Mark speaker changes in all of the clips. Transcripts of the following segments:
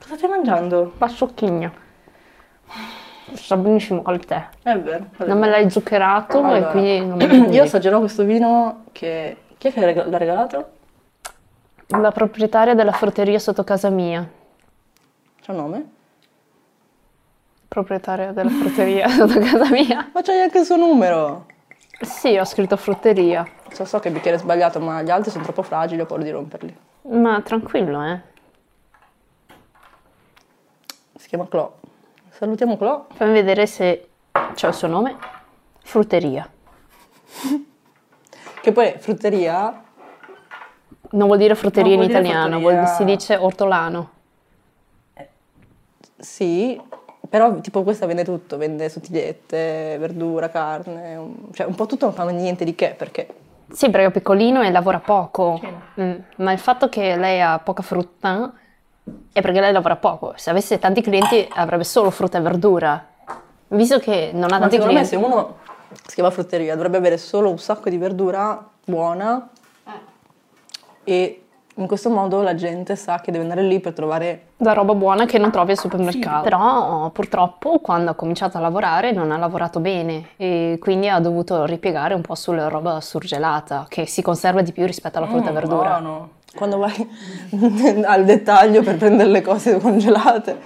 Speaker 1: Cosa stai mangiando?
Speaker 2: La zucchina. Sta benissimo col tè.
Speaker 1: È vero. è
Speaker 2: Non me
Speaker 1: vero.
Speaker 2: l'hai zuccherato
Speaker 1: Allora,
Speaker 2: e quindi non me lo
Speaker 1: Io assaggerò questo vino che... Chi è che rega- l'ha regalato?
Speaker 2: La proprietaria della frutteria sotto casa mia.
Speaker 1: C'è un nome?
Speaker 2: Proprietaria della frutteria sotto casa mia?
Speaker 1: Ma c'hai anche il suo numero!
Speaker 2: Sì, ho scritto frutteria.
Speaker 1: So, so che il bicchiere è sbagliato, ma gli altri sono troppo fragili, ho paura di romperli.
Speaker 2: Ma tranquillo, eh.
Speaker 1: Si chiama Clo. Salutiamo Clo.
Speaker 2: Fammi vedere se c'è il suo nome. Frutteria.
Speaker 1: Che poi frutteria
Speaker 2: Non vuol dire frutteria
Speaker 1: Non
Speaker 2: in
Speaker 1: vuol dire
Speaker 2: italiano,
Speaker 1: frutteria.
Speaker 2: vuol- si dice ortolano.
Speaker 1: Sì, però tipo questa vende tutto, vende sottigliette, verdura, carne, un- cioè un po' tutto, ma niente di che, perché
Speaker 2: Sì, perché è piccolino e lavora poco. Mm, Ma il fatto che lei ha poca frutta è perché lei lavora poco. Se avesse tanti clienti avrebbe solo frutta e verdura. Visto che non ha
Speaker 1: Ah, ma
Speaker 2: tanti
Speaker 1: secondo me
Speaker 2: clienti,
Speaker 1: se uno si chiama frutteria dovrebbe avere solo un sacco di verdura buona
Speaker 2: Eh.
Speaker 1: e in questo modo la gente sa che deve andare lì per trovare...
Speaker 2: la roba buona che non trovi al supermercato. Però purtroppo quando ha cominciato a lavorare non ha lavorato bene e quindi ha dovuto ripiegare un po' sulla roba surgelata, che si conserva di più rispetto alla frutta e verdura.
Speaker 1: Quando vai al dettaglio per prendere le cose congelate.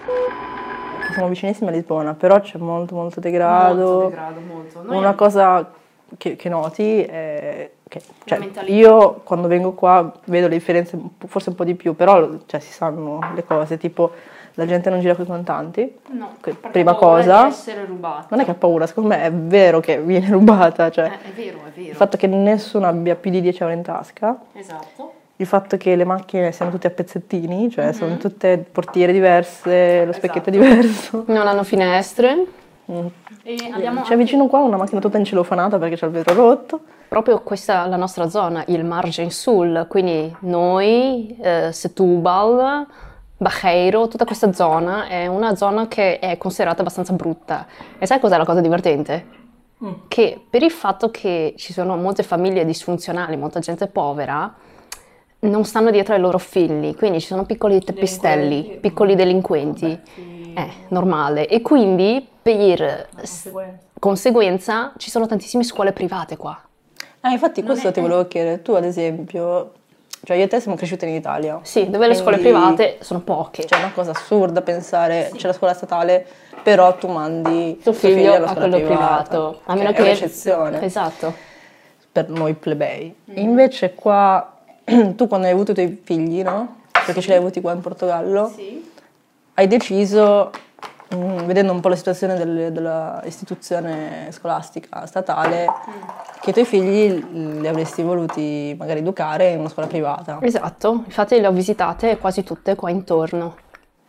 Speaker 1: Siamo vicinissimi a Lisbona, però c'è molto molto degrado.
Speaker 2: Molto degrado, molto. Noi-
Speaker 1: Una cosa che, che noti è che cioè,
Speaker 2: mentalità.
Speaker 1: io quando vengo qua vedo le differenze un po'- forse un po' di più, però cioè, si sanno le cose, tipo la gente non gira con i contanti,
Speaker 2: No,
Speaker 1: che-
Speaker 2: perché
Speaker 1: prima
Speaker 2: ha paura
Speaker 1: cosa.
Speaker 2: di essere rubata.
Speaker 1: non è che ha paura, secondo me è vero che viene rubata, cioè
Speaker 2: Eh, è vero, è
Speaker 1: il
Speaker 2: vero.
Speaker 1: fatto che nessuno abbia più di 10 euro in tasca,
Speaker 2: Esatto.
Speaker 1: il fatto che le macchine siano tutte a pezzettini, cioè
Speaker 2: Mm-hmm.
Speaker 1: sono tutte portiere diverse, lo
Speaker 2: Esatto.
Speaker 1: specchietto è diverso.
Speaker 2: Non hanno finestre. Cioè,
Speaker 1: Mm.
Speaker 2: E
Speaker 1: C'è vicino qua una macchina tutta incelofanata perché c'è il vetro rotto.
Speaker 2: proprio questa la nostra zona, il Margin Sul, quindi noi, eh, Setúbal, Bajeiro, tutta questa zona è una zona che è considerata abbastanza brutta. E sai cos'è la cosa divertente? Che per il fatto che ci sono molte famiglie disfunzionali, molta gente povera, non stanno dietro ai loro figli, quindi ci sono piccoli teppistelli, piccoli delinquenti. È normale. E quindi per s- conseguenza ci sono tantissime scuole private qua.
Speaker 1: Ah, infatti questo ti volevo chiedere. Tu, ad esempio, cioè io e te siamo cresciute in Italia.
Speaker 2: Sì, dove le scuole
Speaker 1: Quindi-
Speaker 2: private sono poche.
Speaker 1: Cioè, è una cosa assurda pensare c'è la scuola statale, però tu mandi
Speaker 2: tuo figlio,
Speaker 1: alla
Speaker 2: a
Speaker 1: scuola
Speaker 2: quello
Speaker 1: privata,
Speaker 2: privato, a
Speaker 1: che
Speaker 2: meno
Speaker 1: è
Speaker 2: che
Speaker 1: un'eccezione
Speaker 2: Esatto.
Speaker 1: per noi plebei.
Speaker 2: Mm.
Speaker 1: Invece qua tu quando hai avuto i tuoi figli, no? Perché ce li hai avuti qua in Portogallo. Hai deciso mm, vedendo un po' la situazione del- dell'istituzione scolastica statale, che i tuoi figli li avresti voluti magari educare in una scuola privata.
Speaker 2: Esatto, infatti le ho visitate quasi tutte qua intorno.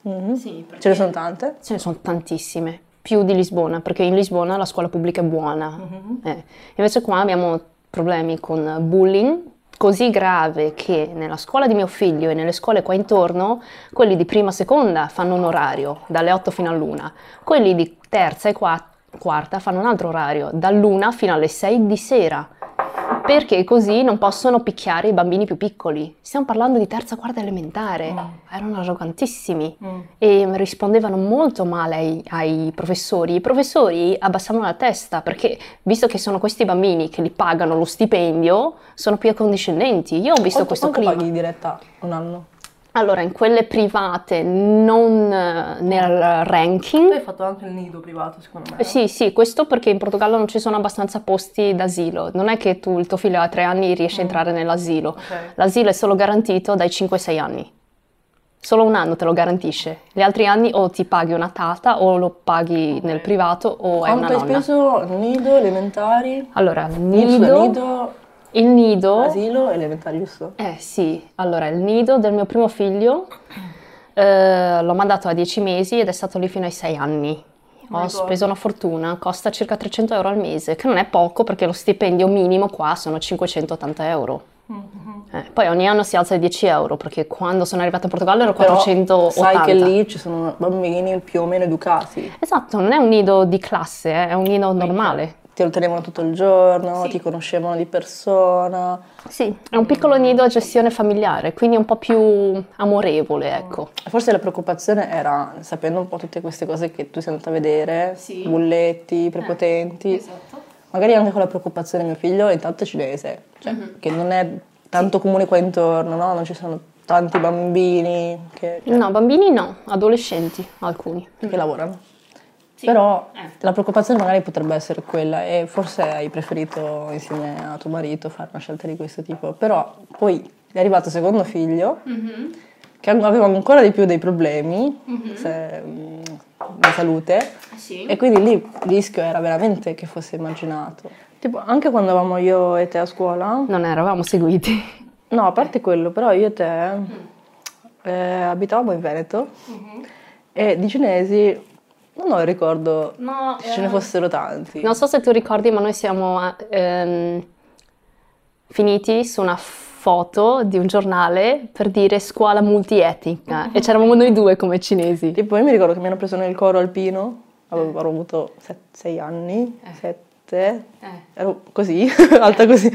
Speaker 1: Mm-hmm. Ce ne sono tante.
Speaker 2: Ce ne sono tantissime, più di Lisbona, perché in Lisbona la scuola pubblica è buona. Eh, Invece qua abbiamo problemi con bullying così grave che nella scuola di mio figlio e nelle scuole qua intorno, quelli di prima e seconda fanno un orario, dalle 8 fino all'una, quelli di terza e qua- quarta fanno un altro orario, dall'una fino alle 6 di sera. Perché così non possono picchiare i bambini più piccoli. Stiamo parlando di terza, quarta elementare. Erano arrogantissimi
Speaker 1: Mm.
Speaker 2: e rispondevano molto male ai, ai professori. I professori abbassavano la testa perché, visto che sono questi bambini che li pagano lo stipendio, sono più accondiscendenti. Io ho
Speaker 1: Quanto-
Speaker 2: visto questo
Speaker 1: quanto
Speaker 2: clima.
Speaker 1: paghi in diretta un anno?
Speaker 2: Allora, in quelle private, non eh, nel ranking,
Speaker 1: hai fatto anche il nido privato, secondo
Speaker 2: eh, Sì, sì, questo perché in Portogallo non ci sono abbastanza posti d'asilo. Non è che tu, il tuo figlio ha tre anni, riesci a entrare nell'asilo. L'asilo è solo garantito dai 5-6 anni. Solo un anno te lo garantisce. Gli altri anni o ti paghi una tata o lo paghi nel privato o è una
Speaker 1: Quanto hai
Speaker 2: nonna.
Speaker 1: speso? Nido, elementari?
Speaker 2: Allora, il
Speaker 1: Nido, Oh.
Speaker 2: nido,
Speaker 1: nido,
Speaker 2: il nido,
Speaker 1: asilo, elementari, giusto?
Speaker 2: eh sì, allora il nido del mio primo figlio eh, l'ho mandato a 10 mesi ed è stato lì fino ai 6 anni.
Speaker 1: Oh
Speaker 2: Ho speso una fortuna, costa circa 300 euro al mese, che non è poco perché lo stipendio minimo qua sono 580 euro.
Speaker 1: Mm-hmm.
Speaker 2: Eh, poi ogni anno si alza di 10 euro perché quando sono arrivata in Portogallo ero
Speaker 1: Però
Speaker 2: 480.
Speaker 1: Sai che lì ci sono bambini più o meno educati.
Speaker 2: Esatto, non è un nido di classe, eh, è un nido normale.
Speaker 1: ti ottenevano tutto il giorno,
Speaker 3: Sì.
Speaker 1: ti conoscevano di persona.
Speaker 2: Sì, è un piccolo nido a gestione familiare, quindi è un po' più amorevole, ecco.
Speaker 1: Forse la preoccupazione era, sapendo un po' tutte queste cose che tu sei andata a vedere,
Speaker 3: Sì. Eh.
Speaker 1: bulletti, prepotenti,
Speaker 3: Esatto.
Speaker 1: magari anche con la preoccupazione mio figlio è intanto è cinese, cioè,
Speaker 3: Mhm.
Speaker 1: che non è tanto comune qua intorno, no? Non ci sono tanti bambini che,
Speaker 2: No, bambini no, adolescenti alcuni.
Speaker 1: che lavorano.
Speaker 3: Sì.
Speaker 1: Però
Speaker 3: Eh.
Speaker 1: la preoccupazione magari potrebbe essere quella e forse hai preferito insieme a tuo marito fare una scelta di questo tipo, però poi è arrivato il secondo figlio
Speaker 3: Mhm.
Speaker 1: che aveva ancora di più dei problemi se- mh, di salute
Speaker 3: Ah, Sì.
Speaker 1: e quindi lì il rischio era veramente che fosse immaginato. Tipo anche quando eravamo io e te a scuola,
Speaker 2: Non eravamo seguiti.
Speaker 1: no a parte quello, però io e te eh, abitavamo in Veneto
Speaker 3: Mm. Mhm.
Speaker 1: e di cinesi non ho il ricordo
Speaker 3: No,
Speaker 1: se ce ne
Speaker 3: eh,
Speaker 1: fossero tanti.
Speaker 2: Non so se tu ricordi, ma noi siamo ehm, finiti su una foto di un giornale per dire scuola multietnica e c'eravamo noi due come cinesi.
Speaker 1: Tipo, io mi ricordo che mi hanno preso nel coro alpino, avevo, avrò avuto 6 anni, 7,
Speaker 3: eh.
Speaker 1: ero così, alta così.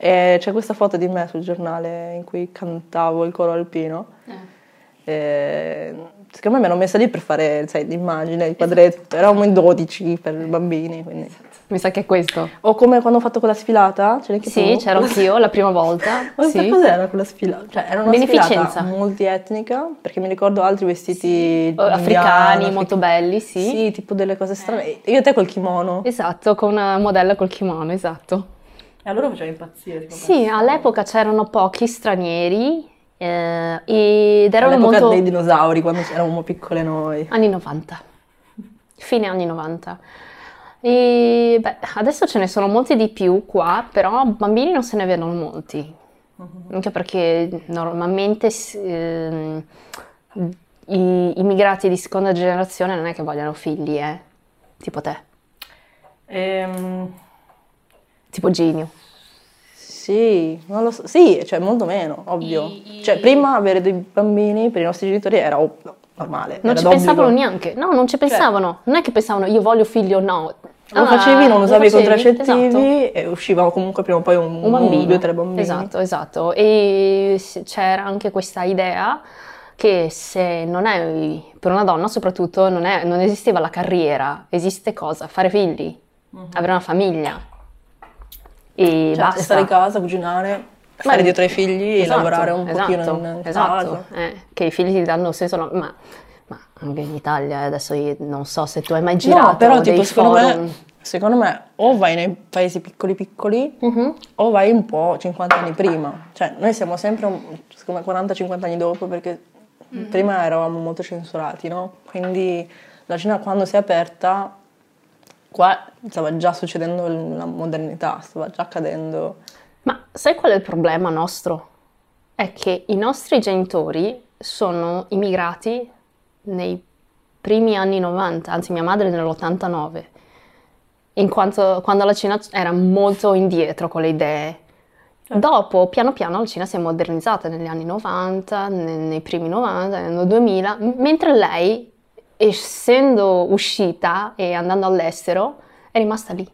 Speaker 1: E c'è questa foto di me sul giornale in cui cantavo il coro alpino.
Speaker 3: eh.
Speaker 1: E secondo me mi hanno messa lì per fare sai, l'immagine, il quadretto. Eravamo in 12 per bambini. Quindi.
Speaker 2: Mi sa che è questo.
Speaker 1: O come quando ho fatto quella sfilata. c'eri anche
Speaker 2: Sì,
Speaker 1: tu?
Speaker 2: c'ero anch'io la prima volta.
Speaker 1: Ma che
Speaker 2: sì.
Speaker 1: cos'era quella sfilata? Cioè, era una
Speaker 2: Beneficenza.
Speaker 1: sfilata multietnica, perché mi ricordo altri vestiti
Speaker 2: Eh, Africani,
Speaker 1: indiani,
Speaker 2: molto belli, sì.
Speaker 1: Sì, tipo delle cose strane. Io e te col kimono.
Speaker 2: Esatto, con una modella col kimono, esatto.
Speaker 1: E allora faceva impazzire.
Speaker 2: Sì, all'epoca c'erano pochi stranieri eh, ed erano
Speaker 1: All'epoca
Speaker 2: molto...
Speaker 1: dei dinosauri, quando eravamo piccole noi.
Speaker 2: Anni 90, fine anni 90. E beh, adesso ce ne sono molti di più qua, però bambini non se ne vedono molti,
Speaker 1: Mhm.
Speaker 2: anche perché normalmente s- ehm, i immigrati di seconda generazione non è che vogliono figli, eh, tipo te,
Speaker 1: Ehm,
Speaker 2: tipo Genio.
Speaker 1: sì, non lo so. Sì, cioè molto meno, ovvio.
Speaker 3: I- i-
Speaker 1: Cioè, prima avere dei bambini per i nostri genitori era ob- no, normale.
Speaker 2: Non
Speaker 1: era
Speaker 2: ci
Speaker 1: d'obbligo. Cioè
Speaker 2: pensavano neanche, no, non ci pensavano, non è che pensavano io voglio figlio o no.
Speaker 1: Lo
Speaker 2: Ah,
Speaker 1: facevi, non usavi i
Speaker 2: facevi?
Speaker 1: contraccettivi
Speaker 2: Esatto.
Speaker 1: e usciva comunque prima o poi un,
Speaker 2: un bambino,
Speaker 1: due o tre bambini.
Speaker 2: Esatto, esatto. E s- c'era anche questa idea che se non è, per una donna soprattutto, non, è- non esisteva la carriera, esiste cosa? Fare figli, avere una famiglia e
Speaker 1: Cioè,
Speaker 2: basta.
Speaker 1: stare a casa, cucinare, stare dietro ai figli e
Speaker 2: Esatto,
Speaker 1: lavorare un
Speaker 2: esatto,
Speaker 1: pochino in casa.
Speaker 2: esatto, eh, che i figli ti danno senso, no, ma, ma anche in Italia, eh, adesso io non so se tu hai mai girato
Speaker 1: No, però
Speaker 2: dei
Speaker 1: tipo secondo
Speaker 2: forum.
Speaker 1: me, secondo me o vai nei paesi piccoli piccoli
Speaker 2: Mhm.
Speaker 1: o vai un po' 50 anni prima. Cioè noi siamo sempre un- secondo me 40-50 anni dopo perché prima eravamo molto censurati, no? Quindi la Cina quando si è aperta qua stava già succedendo l- la modernità, stava già accadendo.
Speaker 2: Ma sai qual è il problema nostro? È che i nostri genitori sono immigrati nei primi anni 90, anzi mia madre nell'89, in quanto quando la Cina era molto indietro con le idee. Dopo, piano piano, la Cina si è modernizzata negli anni 90, ne- nei primi 90, nel 2000, m- mentre lei, essendo uscita e andando all'estero, è rimasta lì.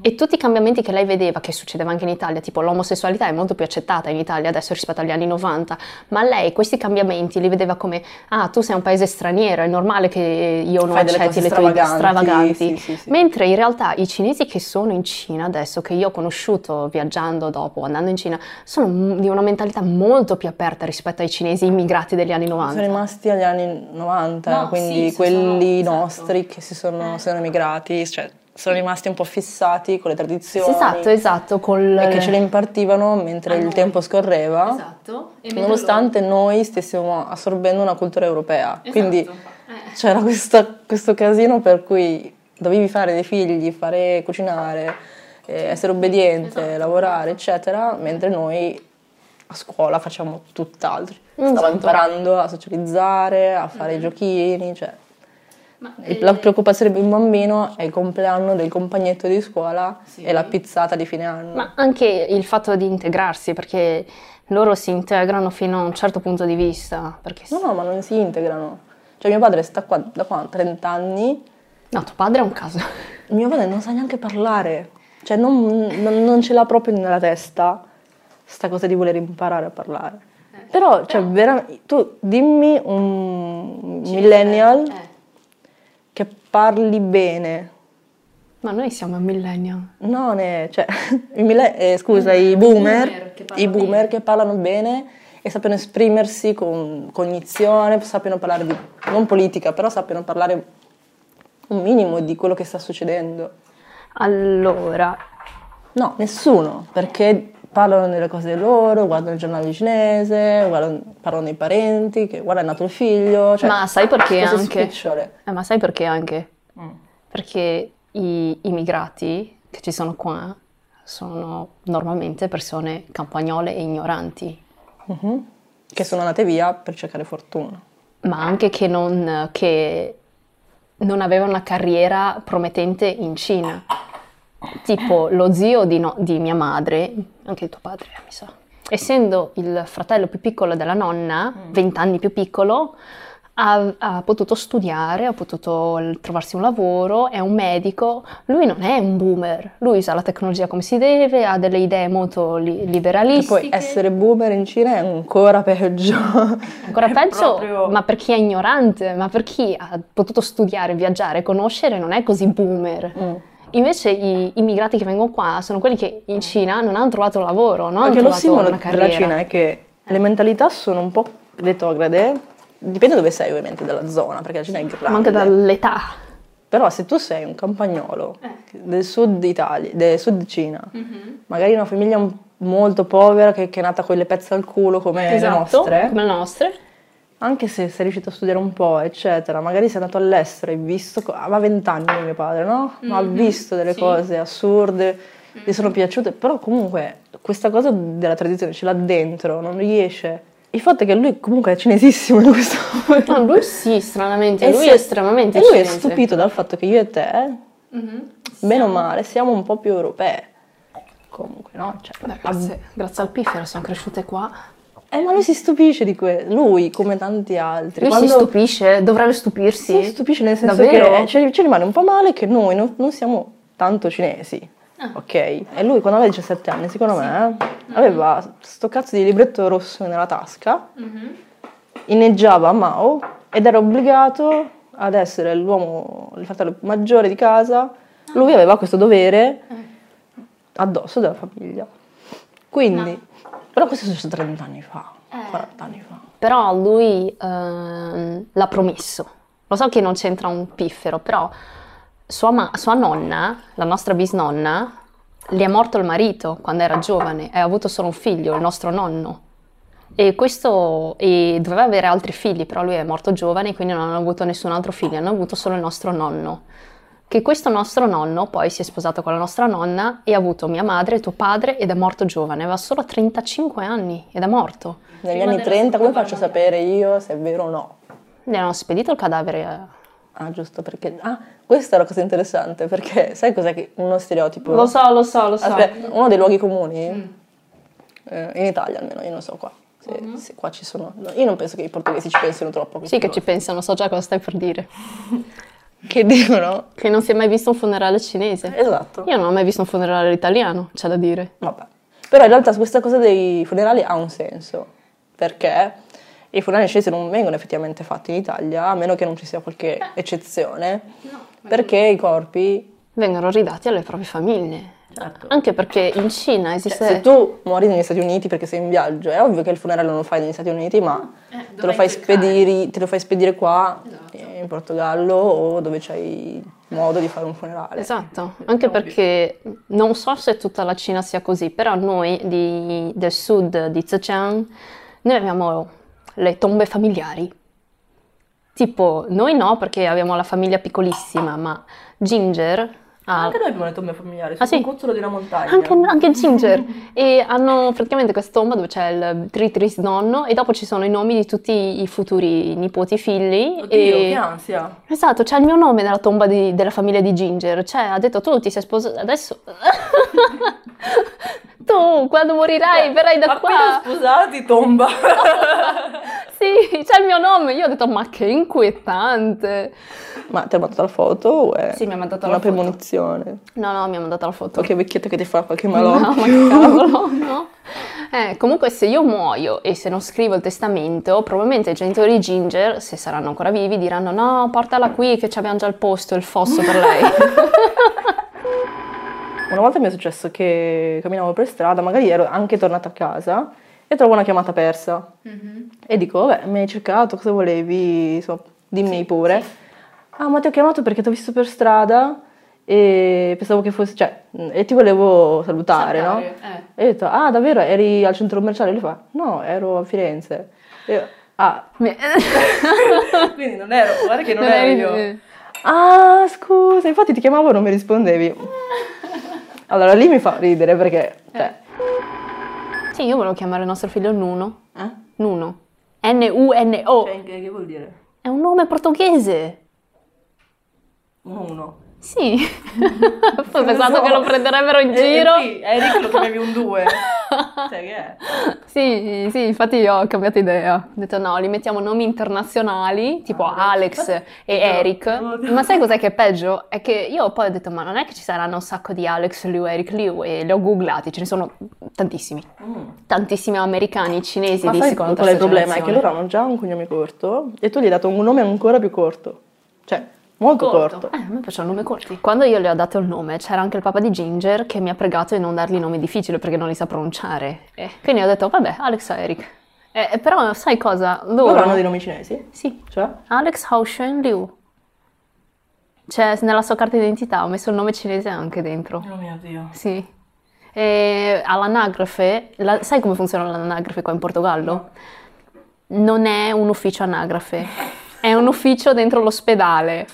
Speaker 2: E tutti i cambiamenti che lei vedeva, che succedeva anche in Italia, tipo l'omosessualità è molto più accettata in Italia adesso rispetto agli anni 90, ma lei questi cambiamenti li vedeva come, ah, tu sei un paese straniero, è normale che io non
Speaker 1: Fai delle
Speaker 2: accetti
Speaker 1: cose
Speaker 2: le tue idee
Speaker 1: stravaganti,
Speaker 2: stravaganti.
Speaker 1: sì, sì, sì.
Speaker 2: Mentre in realtà i cinesi che sono in Cina adesso, che io ho conosciuto viaggiando dopo, andando in Cina, sono m- di una mentalità molto più aperta rispetto ai cinesi immigrati degli anni 90.
Speaker 1: Sono rimasti agli anni 90,
Speaker 3: No,
Speaker 1: quindi
Speaker 3: sì,
Speaker 1: quelli
Speaker 3: sono-
Speaker 1: nostri che si sono, sono emigrati, cioè sono rimasti un po' fissati con le tradizioni.
Speaker 2: Sì, esatto, esatto, col...
Speaker 1: e che ce le impartivano mentre
Speaker 3: a
Speaker 1: il
Speaker 3: noi.
Speaker 1: tempo scorreva,
Speaker 3: Ah, Esatto. E mentre
Speaker 1: nonostante noi stessimo assorbendo una cultura europea.
Speaker 3: loro-
Speaker 1: Quindi
Speaker 3: Esatto. Eh.
Speaker 1: c'era questa- questo casino per cui dovevi fare dei figli, fare cucinare, eh, essere obbediente,
Speaker 3: Esatto.
Speaker 1: lavorare, eccetera, mentre noi a scuola facciamo tutt'altro.
Speaker 3: Mm,
Speaker 1: Stavo
Speaker 2: Esatto.
Speaker 1: imparando a socializzare, a fare i giochini, cioè
Speaker 3: Mm-hmm. Ma,
Speaker 1: il-
Speaker 3: eh,
Speaker 1: La preoccupazione per un bambino è il compleanno del compagnetto di scuola
Speaker 3: Sì.
Speaker 1: e la pizzata di fine anno.
Speaker 2: Ma anche il fatto di integrarsi, perché loro si integrano fino a un certo punto di vista. Perché
Speaker 1: No, no, ma non si integrano. Cioè, mio padre sta qua da qua 30 anni.
Speaker 2: No, tuo padre è un caso.
Speaker 1: mio padre non sa neanche parlare, cioè non, non- non ce l'ha proprio nella testa sta cosa di voler imparare a parlare. Però, cioè, veramente, tu dimmi un millennial
Speaker 3: Eh,
Speaker 1: che parli bene.
Speaker 2: Ma noi siamo millennial.
Speaker 1: No, ne, cioè, i mille- eh, scusa, i
Speaker 3: boomer
Speaker 1: boomer,
Speaker 3: che
Speaker 1: i
Speaker 3: parlano
Speaker 1: boomer
Speaker 3: bene.
Speaker 1: che parlano bene e sappiano esprimersi con cognizione, sappiano parlare di, non politica, però sappiano parlare un minimo di quello che sta succedendo.
Speaker 2: Allora,
Speaker 1: No, nessuno, perché parlano delle cose loro, guardano il giornale cinese, guardano- parlano dei parenti, che guarda è nato il figlio, cioè
Speaker 2: ma sai perché
Speaker 1: cose
Speaker 2: anche?
Speaker 1: spicciole.
Speaker 2: Eh, ma sai perché anche? Perché i immigrati che ci sono qua sono normalmente persone campagnole e ignoranti,
Speaker 1: Mhm. Che sono andate via per cercare fortuna.
Speaker 2: ma anche che non, che non avevano una carriera promettente in Cina. Tipo lo zio di, no- di mia madre, anche tuo padre, eh, mi sa, essendo il fratello più piccolo della nonna,
Speaker 1: Mm.
Speaker 2: 20 anni più piccolo, ha, ha potuto studiare, ha potuto l- trovarsi un lavoro, è un medico. Lui non è un boomer, lui usa la tecnologia come si deve, ha delle idee molto li-
Speaker 1: E
Speaker 2: liberaliste.
Speaker 1: poi essere boomer in Cina è ancora peggio.
Speaker 2: Ancora
Speaker 1: È
Speaker 2: peggio,
Speaker 1: proprio-
Speaker 2: ma per chi è ignorante, ma per chi ha potuto studiare, viaggiare, conoscere, non è così boomer.
Speaker 1: Mm.
Speaker 2: Invece i immigrati che vengono qua sono quelli che in Cina non hanno trovato lavoro, non hanno
Speaker 1: Perché lo
Speaker 2: trovato
Speaker 1: simbolo
Speaker 2: una carriera.
Speaker 1: della Cina è che le mentalità sono un po' retrograde, dipende dove sei ovviamente, dalla zona, perché la Cina è grande.
Speaker 2: Ma anche dall'età.
Speaker 1: Però se tu sei un campagnolo
Speaker 2: Eh.
Speaker 1: del sud Italia, del sud Cina, magari una famiglia un- molto povera che, che è nata con le pezze al culo come le
Speaker 2: esatto,
Speaker 1: nostre,
Speaker 2: come le nostre.
Speaker 1: anche se sei riuscito a studiare un po', eccetera, magari sei andato all'estero e hai visto, co- aveva vent'anni mio padre, no? Ma
Speaker 2: Mm-hmm.
Speaker 1: ha visto delle cose assurde, gli sono piaciute, però comunque questa cosa della tradizione ce l'ha dentro, non riesce. Il fatto è che lui comunque è cinesissimo in questo momento.
Speaker 2: No, lui sì, stranamente, lui
Speaker 1: si-
Speaker 2: è estremamente
Speaker 1: e lui è
Speaker 2: cinese.
Speaker 1: stupito dal fatto che io e te Mm-hmm.
Speaker 3: mhm.
Speaker 1: Bene o male, siamo un po' più europee. Comunque, no? Cioè,
Speaker 2: Beh, grazie, grazie al piffero sono cresciute qua.
Speaker 1: eh, ma lui si stupisce di questo. Lui, come tanti altri.
Speaker 2: Lui
Speaker 1: quando
Speaker 2: si stupisce, dovrebbe stupirsi.
Speaker 1: si stupisce nel senso
Speaker 2: Davvero?
Speaker 1: che ci, ci rimane un po' male che noi non, non siamo tanto cinesi.
Speaker 3: Ah.
Speaker 1: Ok? E lui quando aveva 17 anni, secondo
Speaker 3: Mm-hmm.
Speaker 1: me, aveva sto cazzo di libretto rosso nella tasca,
Speaker 3: Mm-hmm.
Speaker 1: inneggiava a Mao ed era obbligato ad essere l'uomo, il fratello maggiore di casa.
Speaker 3: Ah.
Speaker 1: Lui aveva questo dovere
Speaker 3: Eh.
Speaker 1: addosso della famiglia. Quindi, però questo è successo 30 anni fa,
Speaker 3: Eh.
Speaker 1: 40 anni fa.
Speaker 2: Però lui ehm, l'ha promesso. Lo so che non c'entra un piffero, però sua, ma- sua nonna, la nostra bisnonna, le è morto il marito quando era giovane e ha avuto solo un figlio, il nostro nonno. E questo e doveva avere altri figli, però lui è morto giovane, quindi non hanno avuto nessun altro figlio, hanno avuto solo il nostro nonno. Che questo nostro nonno poi si è sposato con la nostra nonna e ha avuto mia madre, tuo padre ed è morto giovane, aveva solo 35 anni ed è morto.
Speaker 1: Negli
Speaker 3: Prima
Speaker 1: anni
Speaker 3: della
Speaker 1: 30 come
Speaker 3: seconda
Speaker 1: faccio a
Speaker 3: guerra
Speaker 1: sapere io se è vero o no?
Speaker 2: Le hanno spedito il cadavere. eh.
Speaker 1: Ah, giusto perché... Ah, questa è la cosa interessante, perché sai cos'è che uno stereotipo...
Speaker 2: Lo so, lo so, Mm. lo so.
Speaker 1: Boh. Aspetta, uno dei luoghi comuni, eh, in Italia almeno, io non so qua, se, se qua ci sono... no, io non penso che i portoghesi ci pensino troppo. a queste
Speaker 2: Mm. Sì, che ci
Speaker 1: cose.
Speaker 2: pensano, so già cosa stai per dire.
Speaker 1: Che dicono...
Speaker 2: Che non si è mai visto un funerale cinese.
Speaker 1: Esatto.
Speaker 2: Io non ho mai visto un funerale italiano, c'è da dire.
Speaker 1: Vabbè. Però in realtà questa cosa dei funerali ha un senso, perché i funerali cinesi non vengono effettivamente fatti in Italia, a meno che non ci sia qualche
Speaker 2: Eh.
Speaker 1: eccezione,
Speaker 3: No, ma
Speaker 1: perché i corpi...
Speaker 2: Vengono ridati alle proprie famiglie.
Speaker 1: Certo.
Speaker 2: Anche perché in Cina esiste.
Speaker 1: Cioè, se tu muori negli Stati Uniti perché sei in viaggio, è ovvio che il funerale non lo fai negli Stati Uniti, ma
Speaker 3: Eh,
Speaker 1: te, lo
Speaker 3: dovrai
Speaker 1: fai
Speaker 3: cercare.
Speaker 1: spedire, te lo fai spedire qua
Speaker 3: Esatto.
Speaker 1: eh, in Portogallo o dove c'hai modo di fare un funerale.
Speaker 2: Esatto, anche perché non so se tutta la Cina sia così, però noi di- del sud di Zhejiang, noi abbiamo le tombe familiari. Tipo, noi no perché abbiamo la famiglia piccolissima, ma Ginger ha...
Speaker 1: noi abbiamo le tombe familiari,
Speaker 2: Ah, sì? sul
Speaker 1: cuzzolo di una montagna.
Speaker 2: Anche, anche Ginger. E hanno praticamente questa tomba dove c'è il tritris nonno e dopo ci sono i nomi di tutti i futuri nipoti figli. e...
Speaker 1: ansia.
Speaker 2: Esatto, c'è il mio nome nella tomba di- della famiglia di Ginger, cioè ha detto tu ti sei sposato, adesso...
Speaker 1: Cioè,
Speaker 2: tu quando morirai verrai da qua,
Speaker 1: sposati, tomba.
Speaker 2: sì, c'è il mio nome. Io ho detto, ma che inquietante.
Speaker 1: Ma ti ha mandato la foto o è
Speaker 2: Sì, mi ha mandato
Speaker 1: una
Speaker 2: la foto.
Speaker 1: premonizione?
Speaker 2: No, no, mi ha mandato la foto.
Speaker 1: Qualche vecchietta che ti fa qualche
Speaker 2: No, ma
Speaker 1: malocchio?
Speaker 2: che cavolo, no? Eh, comunque se io muoio e se non scrivo il testamento, probabilmente i genitori di Ginger, se saranno ancora vivi, diranno no, portala qui che ci abbiamo già il posto, il fosso per lei.
Speaker 1: Una volta mi è successo che camminavo per strada, magari ero anche tornata a casa e trovo una chiamata persa.
Speaker 3: Mhm.
Speaker 1: E dico, vabbè, mi hai cercato, cosa volevi? Insomma, dimmi pure. Ah, ma ti ho chiamato perché ti ho visto per strada e pensavo che fosse... Cioè, e ti volevo salutare, no?
Speaker 3: Salutare,
Speaker 1: E ho detto, ah, davvero, eri al centro commerciale? E lui fa, no, ero a Firenze. E io, ah,
Speaker 2: Mi-
Speaker 1: quindi non ero, guarda che
Speaker 2: Eh, Non eri-
Speaker 1: Ah, scusa, infatti ti chiamavo e non mi rispondevi. Allora lì mi fa ridere perché... Cioè,
Speaker 2: Sì, io volevo chiamare il nostro figlio Nuno.
Speaker 1: eh? Cioè,
Speaker 2: Nuno. N-U-N-O.
Speaker 1: che vuol dire?
Speaker 2: È un nome portoghese.
Speaker 1: Uno.
Speaker 2: Sì. Ho pensato che lo Eh, prenderebbero in giro.
Speaker 1: Eh, È Eric lo chiamavi un due. Cioè, che è?
Speaker 2: Sì, sì, infatti io ho cambiato idea. Ho detto no, li mettiamo nomi internazionali, tipo
Speaker 1: Ah,
Speaker 2: Alex e Eric. Ma sai cos'è che è peggio? È che io poi ho detto, ma non è che ci saranno un sacco di Alex Liu, Eric Liu, e li ho googlati, ce ne sono tantissimi.
Speaker 1: Mm.
Speaker 2: Tantissimi americani, cinesi,
Speaker 1: Ma
Speaker 2: di
Speaker 1: sai
Speaker 2: seconda
Speaker 1: qual è il problema? È che
Speaker 2: generazione.
Speaker 1: loro hanno già un cognome corto e tu gli hai dato un nome ancora più corto. Cioè, molto corto.
Speaker 2: Eh, a me piacciono i nomi corti. Quando io le ho dato il nome, c'era anche il papà di Ginger che mi ha pregato di non dargli nomi difficili perché non li sa pronunciare. Eh, quindi ho detto, vabbè, Alex e Eric. Eh, però sai cosa? Loro...
Speaker 1: Loro hanno dei nomi cinesi?
Speaker 2: Sì,
Speaker 1: Cioè?
Speaker 2: Alex Haoshen Liu. Cioè, nella sua carta d'identità ho messo il nome cinese anche dentro.
Speaker 1: Oh mio Dio.
Speaker 2: Sì. E all'anagrafe, la- sai come funziona l'anagrafe qua in Portogallo? Non è un ufficio anagrafe, è un ufficio dentro l'ospedale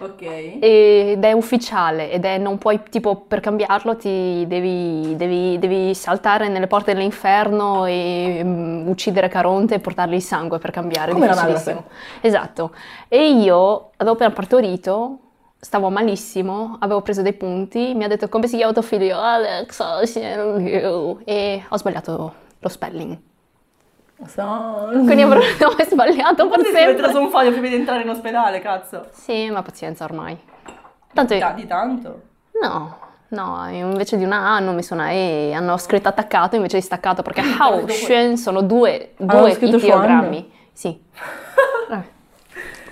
Speaker 1: Ok.
Speaker 2: ed è ufficiale ed è non puoi, tipo, per cambiarlo ti devi, devi- devi saltare nelle porte dell'inferno e mm, uccidere Caronte e portargli il sangue per cambiare. è
Speaker 1: Come la
Speaker 2: difficilissimo. Esatto. E io avevo appena partorito, stavo malissimo, avevo preso dei punti, mi ha detto come si chiama tuo figlio? Io, Alex, oh, sì, io." e ho sbagliato lo spelling.
Speaker 1: Quindi
Speaker 2: Quindi avrò il nome sbagliato per sempre.
Speaker 1: un foglio prima di entrare in ospedale, cazzo.
Speaker 2: Sì, ma pazienza ormai. Tanto io-
Speaker 1: di tanto.
Speaker 2: No, no, invece di una A hanno messo una E, hanno scritto attaccato invece di staccato perché Hao Shen sono due,
Speaker 1: Ah, Hanno
Speaker 2: due
Speaker 1: scritto
Speaker 2: ideogrammi. Sì. Vabbè.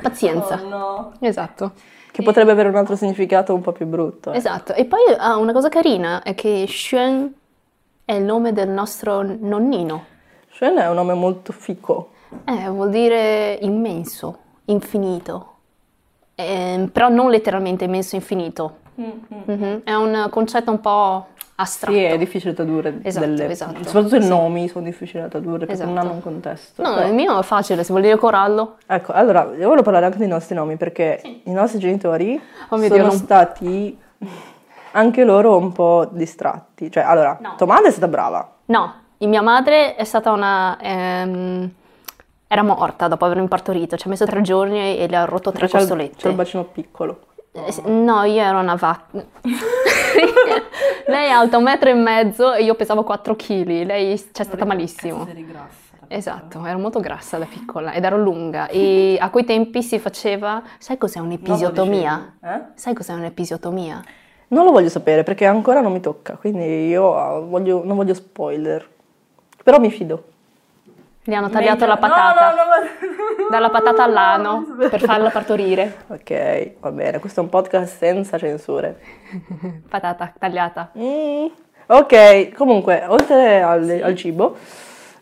Speaker 2: Pazienza.
Speaker 1: Oh, no.
Speaker 2: Esatto,
Speaker 1: Che potrebbe avere un altro significato un po' più brutto. eh.
Speaker 2: esatto. E poi ah, una cosa carina è che Shen è il nome del nostro nonnino.
Speaker 1: Shen è un nome molto fico.
Speaker 2: Eh, vuol dire immenso, infinito. Ehm, però non letteralmente immenso, infinito. Mhm, È un concetto un po' astratto.
Speaker 1: Sì, è difficile da tradurre.
Speaker 2: Esatto,
Speaker 1: delle-
Speaker 2: esatto.
Speaker 1: Soprattutto i nomi sono difficili da tradurre perché non
Speaker 2: Esatto.
Speaker 1: hanno un contesto.
Speaker 2: No,
Speaker 1: però-
Speaker 2: il mio è facile, se vuol dire corallo.
Speaker 1: Ecco, allora, io volevo parlare anche dei nostri nomi perché i nostri genitori
Speaker 2: Oh mio
Speaker 1: sono
Speaker 2: Dio, non-
Speaker 1: stati anche loro un po' distratti. Cioè, allora,
Speaker 3: No.
Speaker 1: Tomada è stata brava.
Speaker 2: No, e mia madre è stata una... ehm, era morta dopo avermi partorito, ci ha messo tre giorni e le ha rotto tre
Speaker 1: C'è il, c'ha il
Speaker 2: costolette.
Speaker 1: bacino piccolo.
Speaker 2: Eh, sì, No, io ero una vacca. Lei è alta un metro e mezzo e io pesavo 4 kg, lei c'è stata malissimo. Esatto, ero molto grassa da piccola ed ero lunga e a quei tempi si faceva, sai cos'è un'episiotomia?
Speaker 1: Eh?
Speaker 2: Sai cos'è un'episiotomia?
Speaker 1: Non lo voglio sapere perché ancora non mi tocca, quindi io eh, voglio- non voglio spoiler. Però mi fido.
Speaker 2: Gli hanno tagliato la patata. dalla patata all'ano per farla partorire.
Speaker 1: Ok, va bene, questo è un podcast senza censure.
Speaker 2: Patata tagliata.
Speaker 1: Mm, Ok, comunque, oltre al, al cibo,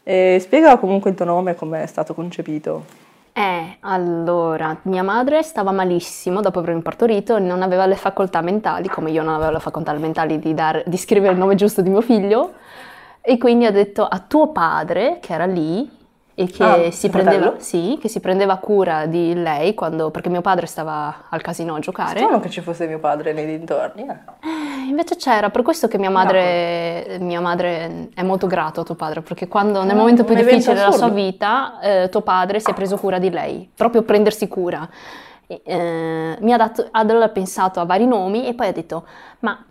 Speaker 1: eh, spiega comunque il tuo nome come è stato concepito.
Speaker 2: Eh, allora, mia madre stava malissimo dopo avermi partorito e non aveva le facoltà mentali, come io non avevo le facoltà mentali di, dar- di scrivere il nome giusto di mio figlio, e quindi ha detto a tuo padre, che era lì, e che
Speaker 1: Ah,
Speaker 2: si
Speaker 1: il
Speaker 2: prendeva,
Speaker 1: fratello?
Speaker 2: sì, che si prendeva cura di lei quando, perché mio padre stava al casino a giocare.
Speaker 1: Strano che ci fosse mio padre nei dintorni. eh.
Speaker 2: Eh, Invece c'era, per questo che mia madre, mia madre è molto grata a tuo padre, perché quando nel
Speaker 1: Ah,
Speaker 2: momento
Speaker 1: un
Speaker 2: più
Speaker 1: evento
Speaker 2: difficile della sua
Speaker 1: assurdo.
Speaker 2: vita, eh, tuo padre si è preso cura di lei, proprio prendersi cura. E, eh, mi ha dato, allora ha pensato a vari nomi e poi ha detto, ma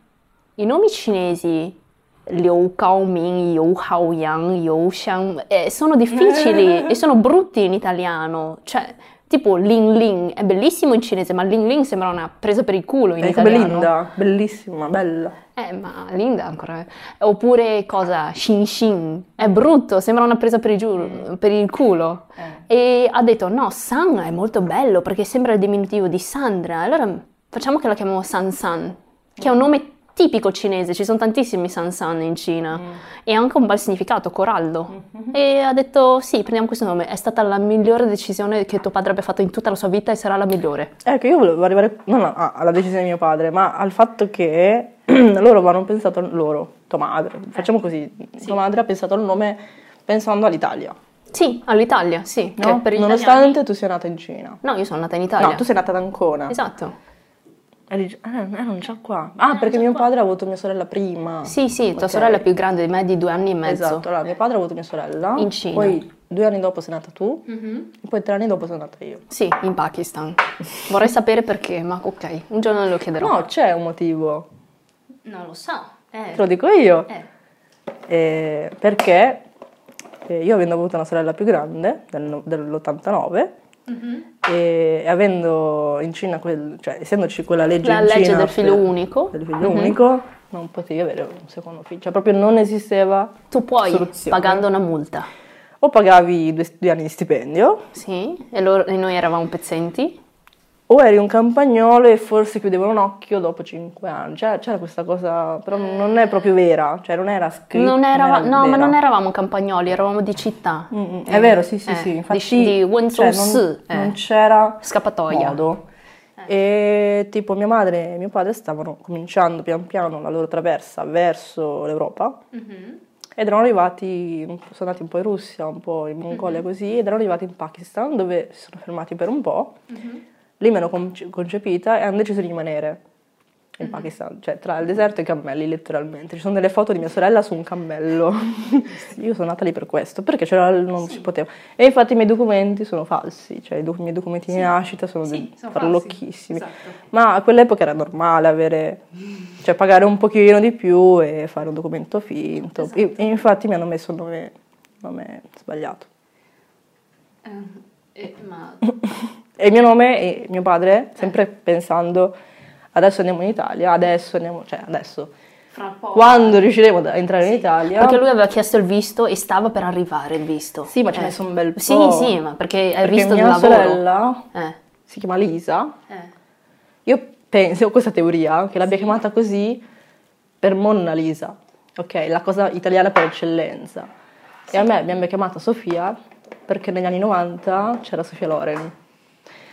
Speaker 2: i nomi cinesi Liu Kaoming, Liu Haoyang, Liu Xiang, eh, sono difficili e sono brutti in italiano, cioè tipo Ling Ling, è bellissimo in cinese, ma Ling Ling sembra una presa per il culo in
Speaker 1: Ecco,
Speaker 2: italiano.
Speaker 1: Belinda, bellissima, bella.
Speaker 2: Eh, ma Linda ancora. Oppure cosa? Shin Shin. È brutto, sembra una presa per il, giu- per il culo. E ha detto, no, San è molto bello perché sembra il diminutivo di Sandra. Allora facciamo che la chiamiamo San San, che è un nome tipico cinese. Ci sono tantissimi San San in Cina.
Speaker 1: Mm.
Speaker 2: E ha anche un bel significato, corallo.
Speaker 1: Mm-hmm.
Speaker 2: E ha detto, sì, prendiamo questo nome. È stata la migliore decisione che tuo padre abbia fatto in tutta la sua vita e sarà la migliore.
Speaker 1: Ecco, io volevo arrivare non a- alla decisione di mio padre, ma al fatto che loro avevano pensato, loro, tua madre, facciamo
Speaker 2: Ecco.
Speaker 1: così, tua madre ha pensato al nome pensando all'Italia,
Speaker 2: Sì, all'Italia, sì.
Speaker 1: no?
Speaker 2: Che per gli
Speaker 1: Nonostante
Speaker 2: italiani-
Speaker 1: tu sia nata in Cina.
Speaker 2: No, io sono nata in Italia.
Speaker 1: No, tu sei nata ad Ancona.
Speaker 2: Esatto.
Speaker 1: E dici, eh, eh, non c'è qua. Ah, perché mio padre ha avuto mia sorella prima.
Speaker 2: Sì, sì, tua
Speaker 1: Ok.
Speaker 2: sorella è più grande di me di due anni e mezzo.
Speaker 1: Esatto, allora mio padre ha avuto mia sorella.
Speaker 2: In Cina.
Speaker 1: Poi due anni dopo sei nata tu,
Speaker 3: Mhm.
Speaker 1: e poi tre anni dopo sono nata io.
Speaker 2: Sì, in Pakistan. Vorrei sapere perché, ma ok, un giorno lo chiederò.
Speaker 1: No, c'è un motivo,
Speaker 3: Non lo so. Eh.
Speaker 1: te lo dico io.
Speaker 3: eh.
Speaker 1: Eh, perché eh, io avendo avuto una sorella più grande del no- dell'89
Speaker 3: Mhm.
Speaker 1: e avendo in Cina quel, cioè essendoci quella legge
Speaker 2: La
Speaker 1: in
Speaker 2: legge
Speaker 1: Cina
Speaker 2: del figlio
Speaker 1: per-
Speaker 2: unico. Mm-hmm.
Speaker 1: del figlio unico non potevi avere un secondo figlio cioè proprio non esisteva
Speaker 2: Tu puoi,
Speaker 1: Soluzione.
Speaker 2: pagando una multa.
Speaker 1: o pagavi due, due anni di stipendio
Speaker 2: Sì, e, loro- e noi eravamo pezzenti.
Speaker 1: o eri un campagnolo e forse chiudevano un occhio dopo cinque anni cioè c'era questa cosa però
Speaker 3: Eh.
Speaker 1: non è proprio vera cioè non era scritta
Speaker 2: Non erava- no, ma
Speaker 1: vera.
Speaker 2: non eravamo campagnoli, eravamo di città.
Speaker 1: Mm, mm, È vero, sì, sì,
Speaker 2: Eh,
Speaker 1: sì.
Speaker 2: di-
Speaker 1: Infatti,
Speaker 2: di Wenzhou
Speaker 1: cioè, non,
Speaker 2: Su, eh.
Speaker 1: non c'era
Speaker 2: Scappatoia.
Speaker 1: modo. E tipo mia madre e mio padre stavano cominciando pian piano la loro traversa verso l'Europa
Speaker 3: Mhm.
Speaker 1: ed erano arrivati, sono andati un po' in Russia, un po' in Mongolia così, ed erano arrivati in Pakistan dove si sono fermati per un po', lì mi hanno conce- concepita e hanno deciso di rimanere in Pakistan, cioè tra il deserto e i cammelli letteralmente. Ci sono delle foto di mia sorella su un cammello. Io sono nata lì per questo, perché c'era, non si poteva. E infatti i miei documenti sono falsi, cioè i, doc- i miei documenti di nascita sono,
Speaker 3: Sì,
Speaker 1: dei
Speaker 3: sono falsi.
Speaker 1: farlocchissimi.
Speaker 3: Esatto.
Speaker 1: Ma a quell'epoca era normale avere, cioè pagare un pochino di più e fare un documento finto.
Speaker 3: Esatto.
Speaker 1: E, e infatti mi hanno messo il nome, nome sbagliato.
Speaker 3: Eh, eh, ma
Speaker 1: E il mio nome e mio padre, sempre pensando adesso andiamo in Italia, adesso andiamo, cioè adesso,
Speaker 3: fra un po'.
Speaker 1: quando riusciremo ad entrare in Italia.
Speaker 2: Perché lui aveva chiesto il visto e stava per arrivare il visto.
Speaker 1: Sì, ma ci ha
Speaker 2: Eh.
Speaker 1: messo un bel po'.
Speaker 2: Sì, sì, ma perché è il
Speaker 1: Perché
Speaker 2: visto del
Speaker 1: mia
Speaker 2: lavoro.
Speaker 1: sorella
Speaker 2: Eh.
Speaker 1: si chiama Lisa,
Speaker 3: Eh.
Speaker 1: Io penso, ho questa teoria, che l'abbia chiamata così per Monna Lisa, ok? La cosa italiana per eccellenza. E a me mi hanno chiamata Sofia perché negli anni 90 c'era Sofia Loren.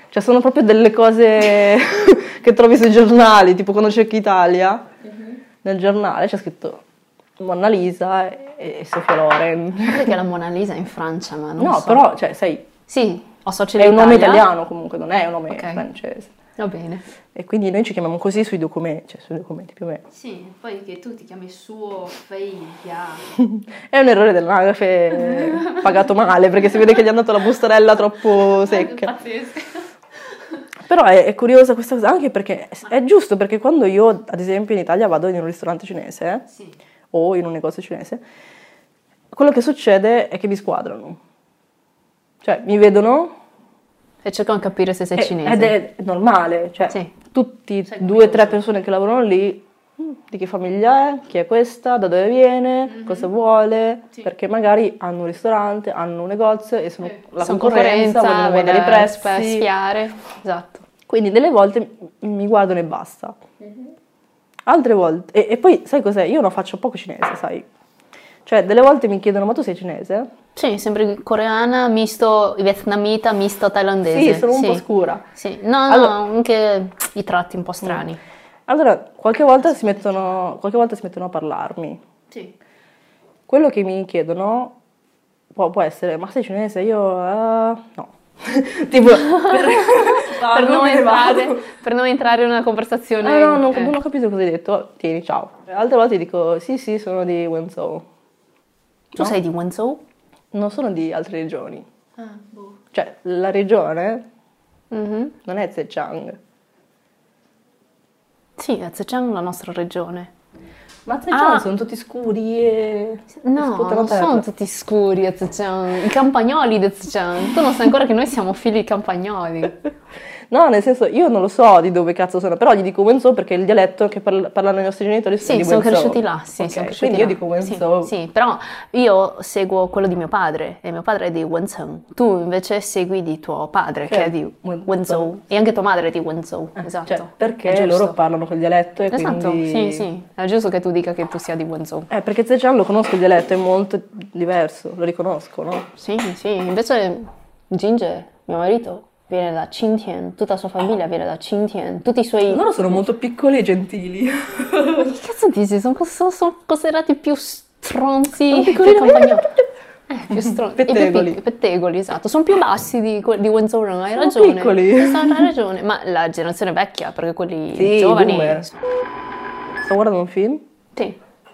Speaker 1: Cioè sono proprio delle cose che trovi sui giornali, tipo quando cerchi Italia,
Speaker 2: Mhm.
Speaker 1: nel giornale c'è scritto Monna Lisa e, e Sofia Loren.
Speaker 2: Perché la Mona Lisa è in Francia, ma non
Speaker 1: No,
Speaker 2: so.
Speaker 1: però, cioè, sai,
Speaker 2: Sì, ho soci
Speaker 1: è un nome
Speaker 2: d'Italia.
Speaker 1: italiano comunque, non è un nome
Speaker 2: Ok.
Speaker 1: francese.
Speaker 2: Va bene.
Speaker 1: E quindi noi ci chiamiamo così sui documenti, cioè sui documenti più o meno.
Speaker 3: Sì, poi che tu ti chiami suo figlia.
Speaker 1: È un errore dell'anagrafe eh, pagato male perché si vede che gli hanno dato la bustarella troppo secca.
Speaker 3: Pazzesco.
Speaker 1: Però è, è curiosa questa cosa anche perché è giusto perché quando io ad esempio in Italia vado in un ristorante cinese
Speaker 3: Sì.
Speaker 1: o in un negozio cinese, quello che succede è che mi squadrano. Cioè mi vedono
Speaker 2: E cercano di capire se sei
Speaker 1: e-
Speaker 2: cinese.
Speaker 1: Eh, ed è normale, cioè
Speaker 2: Sì.
Speaker 1: tutti,
Speaker 3: Sei
Speaker 1: due o tre
Speaker 3: curioso.
Speaker 1: persone che lavorano lì, "Mm, di che famiglia è, chi è questa, da dove viene, cosa vuole,
Speaker 3: Sì.
Speaker 1: perché magari hanno un ristorante, hanno un negozio e sono
Speaker 3: Sì.
Speaker 1: la
Speaker 2: Sono
Speaker 1: concorrenza, vogliono
Speaker 2: vogliono
Speaker 1: guardare i
Speaker 2: spe-
Speaker 1: prezzi.
Speaker 2: spiare. Esatto.
Speaker 1: Quindi delle volte m- mi guardano e basta. Altre volte, e, e poi sai cos'è? Io non faccio poco cinese, sai? Cioè, delle volte mi chiedono, ma tu sei cinese?
Speaker 2: Sì, sembri coreana, misto vietnamita, misto thailandese.
Speaker 1: Sì, sono un po' scura.
Speaker 2: Sì. No, no,
Speaker 1: Allora- Mm.
Speaker 2: anche i tratti un po' strani.
Speaker 1: Allora, qualche volta si mettono, qualche volta si mettono a parlarmi.
Speaker 3: Sì.
Speaker 1: Quello che mi chiedono può, può essere, ma sei cinese? Io eh, no. tipo, per,
Speaker 2: per, non
Speaker 1: me ne vado.
Speaker 2: entrare, per non entrare in una conversazione...
Speaker 1: Ah, no, non,
Speaker 2: eh.
Speaker 1: non ho capito cosa hai detto. Tieni, ciao. Altre volte dico, sì, sì, sono di Wenzhou.
Speaker 2: Tu sei di Wenzhou?
Speaker 1: Non sono di altre regioni.
Speaker 3: Ah, boh.
Speaker 1: Cioè, la regione
Speaker 2: Mhm.
Speaker 1: non è Zhejiang.
Speaker 2: Sì, è Zhejiang, la nostra regione.
Speaker 1: Mazza e
Speaker 2: Ah.
Speaker 1: John sono tutti scuri e...
Speaker 2: No,
Speaker 1: sputano
Speaker 2: non
Speaker 1: terra.
Speaker 2: sono tutti scuri, Ezecian. I campagnoli di Ezecian. Tu non sai ancora che noi siamo figli di campagnoli.
Speaker 1: No, nel senso, io non lo so di dove cazzo sono, però gli dico Wenzhou perché il dialetto che parl- parlano i nostri genitori sono
Speaker 2: Sì,
Speaker 1: di
Speaker 2: sono
Speaker 1: Wenzhou.
Speaker 2: cresciuti là, sì,
Speaker 1: Ok,
Speaker 2: sono cresciuti
Speaker 1: Quindi
Speaker 2: là.
Speaker 1: io dico
Speaker 2: Sì,
Speaker 1: Wenzhou.
Speaker 2: Sì, però io seguo quello di mio padre e mio padre è di Wenzhou. Tu invece segui di tuo padre che
Speaker 1: Cioè,
Speaker 2: è di
Speaker 1: Wenzhou.
Speaker 2: Wenzhou e anche tua madre è di Wenzhou,
Speaker 1: Eh,
Speaker 2: esatto.
Speaker 1: cioè, perché
Speaker 2: È giusto.
Speaker 1: loro parlano quel dialetto e
Speaker 2: Esatto,
Speaker 1: quindi...
Speaker 2: sì, sì, è giusto che tu dica che tu sia di Wenzhou.
Speaker 1: Eh, perché Zhejiang lo conosco il dialetto, è molto diverso, lo riconosco, no?
Speaker 2: Sì, sì, invece Ginger, mio marito, viene da Qingtian, tutta la sua famiglia viene da Qingtian, tutti i suoi...
Speaker 1: Loro sono molto piccoli e gentili.
Speaker 2: Ma che cazzo dici? Sono, sono- sono considerati più stronzi
Speaker 1: Sono
Speaker 2: che
Speaker 1: piccolini.
Speaker 2: compagnoni. Eh, più stronzi.
Speaker 1: Mm. Pettegoli.
Speaker 2: I pe- pettegoli, esatto. Sono più bassi di, que- di Wenzhou Run, hai
Speaker 1: Sono
Speaker 2: ragione.
Speaker 1: piccoli.
Speaker 2: Esatto, hai ragione. Ma la generazione vecchia, perché quelli
Speaker 1: Sì, i
Speaker 2: giovani...
Speaker 1: boomer. Sto guardando un film
Speaker 2: Sì.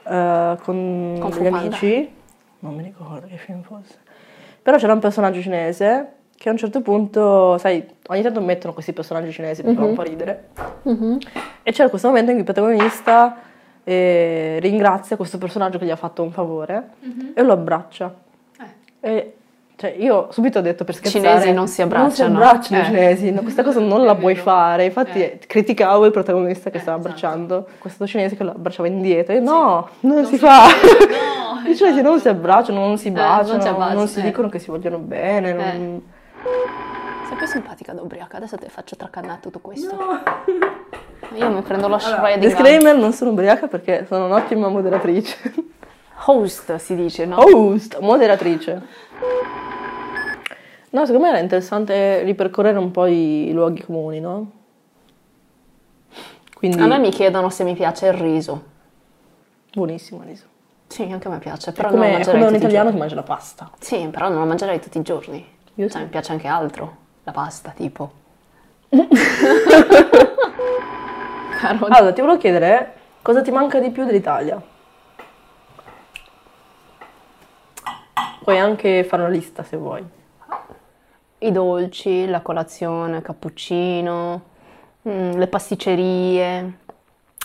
Speaker 1: eh, con,
Speaker 2: Con Fu
Speaker 1: gli
Speaker 2: Panda.
Speaker 1: amici, non mi ricordo che film fosse, però c'era un personaggio cinese che a un certo punto, sai, ogni tanto mettono questi personaggi cinesi per far un po' ridere, e c'era questo momento in cui il protagonista eh, ringrazia questo personaggio che gli ha fatto un favore e lo abbraccia.
Speaker 2: Eh.
Speaker 1: E, cioè, io subito ho detto per scherzare
Speaker 2: Cinesi non si abbracciano."
Speaker 1: non si abbracciano i
Speaker 2: Eh.
Speaker 1: cinesi no, questa cosa non la
Speaker 3: È
Speaker 1: puoi
Speaker 3: vero.
Speaker 1: fare infatti
Speaker 3: Eh.
Speaker 1: criticavo il protagonista che
Speaker 3: Eh,
Speaker 1: stava
Speaker 3: esatto.
Speaker 1: abbracciando questo cinese che lo abbracciava indietro e no non, si,
Speaker 3: si
Speaker 1: fa
Speaker 3: fa. Esatto. No,
Speaker 1: i cinesi non si abbracciano non si baciano
Speaker 2: non si
Speaker 1: non,
Speaker 2: abbracciano,
Speaker 1: si
Speaker 2: eh.
Speaker 1: dicono che si vogliono bene non-
Speaker 2: Sei più simpatica da ubriaca, adesso ti faccio tracannare tutto questo. Io mi prendo la sciaia di grano.
Speaker 1: disclaimer non sono ubriaca perché sono un'ottima moderatrice
Speaker 2: Host si dice, no?
Speaker 1: host Oh, moderatrice no secondo me era interessante ripercorrere un po' i luoghi comuni no? quindi
Speaker 2: A me mi chiedono se mi piace il riso.
Speaker 1: buonissimo Aliso
Speaker 2: Sì, anche a me piace, però non lo
Speaker 1: come,
Speaker 2: mangerei
Speaker 1: come un
Speaker 2: tutti i
Speaker 1: italiano che mangia la pasta
Speaker 2: Sì, però non la mangerei tutti i giorni.
Speaker 1: Io
Speaker 2: Cioè,
Speaker 1: sì.
Speaker 2: mi piace anche altro. La pasta, tipo. Caro,
Speaker 1: Allora, ti volevo chiedere cosa ti manca di più dell'Italia? Puoi anche fare una lista se vuoi.
Speaker 2: i dolci, la colazione, il cappuccino, mm, le pasticcerie,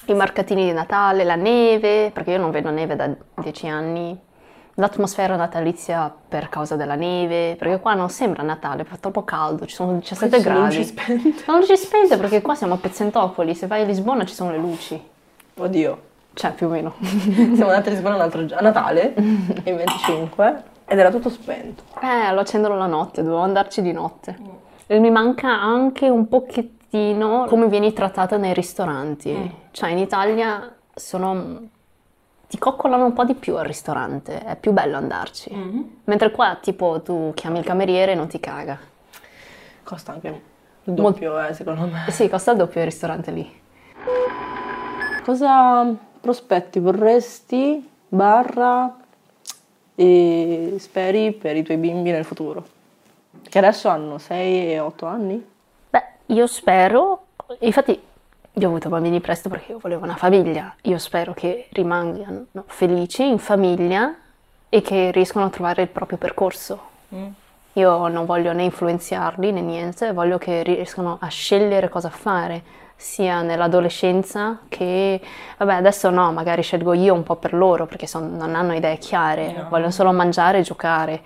Speaker 2: i mercatini di Natale, la neve, perché io non vedo neve da dieci anni. L'atmosfera natalizia per causa della neve, perché qua non sembra Natale, fa troppo caldo, ci sono 17
Speaker 1: Ci sono
Speaker 2: gradi.
Speaker 1: luci spente.
Speaker 2: Non ci spente perché qua siamo a Pezzentopoli, se vai a Lisbona ci sono le luci,
Speaker 1: Oddio.
Speaker 2: cioè più o meno.
Speaker 1: Siamo andati a Lisbona un altro gio- a Natale, il 25, ed era tutto spento.
Speaker 2: Eh, lo accendono la notte, dovevo andarci di notte. E mi manca anche un pochettino come vieni trattata nei ristoranti. Cioè in Italia sono... ti coccolano un po' di più al ristorante, è più bello andarci. Mentre qua tipo tu chiami il cameriere e non ti caga.
Speaker 1: Costa anche il doppio, eh, secondo me.
Speaker 2: Eh sì, costa il doppio il ristorante lì.
Speaker 1: Cosa prospetti vorresti, barra, e speri per i tuoi bimbi nel futuro? Che adesso hanno 6 e 8 anni?
Speaker 2: Beh, io spero, infatti io ho avuto bambini presto perché io volevo una famiglia, io spero che rimangano felici in famiglia e che riescano a trovare il proprio percorso.
Speaker 1: Mm.
Speaker 2: Io non voglio né influenzarli né niente, voglio che riescano a scegliere cosa fare, sia nell'adolescenza che, vabbè, adesso no, magari scelgo io un po' per loro perché son- non hanno idee chiare, vogliono solo mangiare e giocare.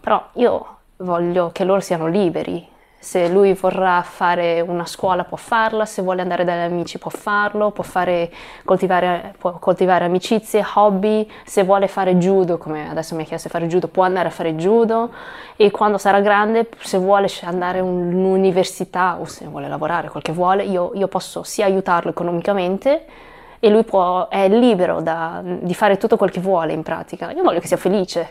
Speaker 2: Però io voglio che loro siano liberi. Se lui vorrà fare una scuola può farla, se vuole andare dagli amici può farlo, può fare- coltivare, può coltivare amicizie, hobby, se vuole fare judo, come adesso mi ha chiesto di fare judo, può andare a fare judo e quando sarà grande, se vuole sc- andare un- in un'università o se vuole lavorare, quel che vuole, io, io posso sia aiutarlo economicamente e lui può- è libero da- di fare tutto quel che vuole in pratica. Io voglio che sia felice.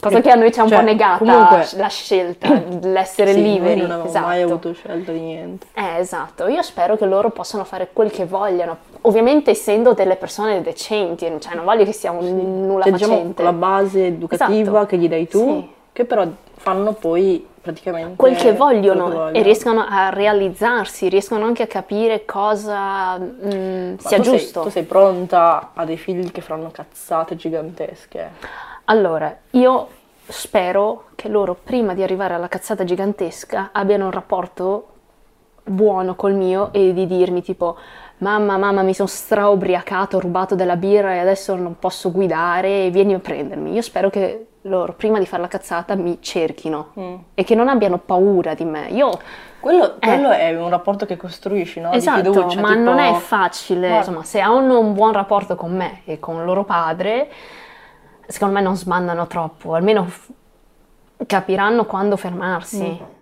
Speaker 2: Cosa che a noi c'è un
Speaker 1: Mhm. Cioè,
Speaker 2: po' negata
Speaker 1: comunque-
Speaker 2: la scelta, l'essere
Speaker 1: Sì, noi
Speaker 2: liberi.
Speaker 1: non avevamo
Speaker 2: esatto.
Speaker 1: mai avuto scelta di niente.
Speaker 2: Eh, esatto, io spero che loro possano fare quel che vogliano, ovviamente essendo delle persone decenti, cioè non voglio che sia un nulla
Speaker 1: Cioè, diciamo
Speaker 2: facente.
Speaker 1: la base educativa
Speaker 2: Esatto.
Speaker 1: che gli dai tu,
Speaker 2: Sì.
Speaker 1: che però fanno poi praticamente
Speaker 2: quel che vogliono
Speaker 1: quello che
Speaker 2: e riescono a realizzarsi, riescono anche a capire cosa mm,
Speaker 1: Ma
Speaker 2: sia
Speaker 1: tu sei-
Speaker 2: giusto.
Speaker 1: tu sei pronta a dei figli che faranno cazzate gigantesche.
Speaker 2: Allora, io spero che loro, prima di arrivare alla cazzata gigantesca, abbiano un rapporto buono col mio e di dirmi tipo mamma, mamma, mi sono straubriacato, ho rubato della birra e adesso non posso guidare, vieni a prendermi. Io spero che loro, prima di fare la cazzata, mi cerchino
Speaker 1: Mm.
Speaker 2: e che non abbiano paura di me. Io,
Speaker 1: Quello, quello è un rapporto che costruisci, no?
Speaker 2: Eh. esatto,
Speaker 1: di fiducia,
Speaker 2: ma
Speaker 1: tipo-
Speaker 2: non è facile,
Speaker 1: Guarda.
Speaker 2: insomma, se hanno un buon rapporto con me e con loro padre,
Speaker 1: Mm.
Speaker 2: secondo me non sbandano troppo, almeno f- capiranno quando fermarsi.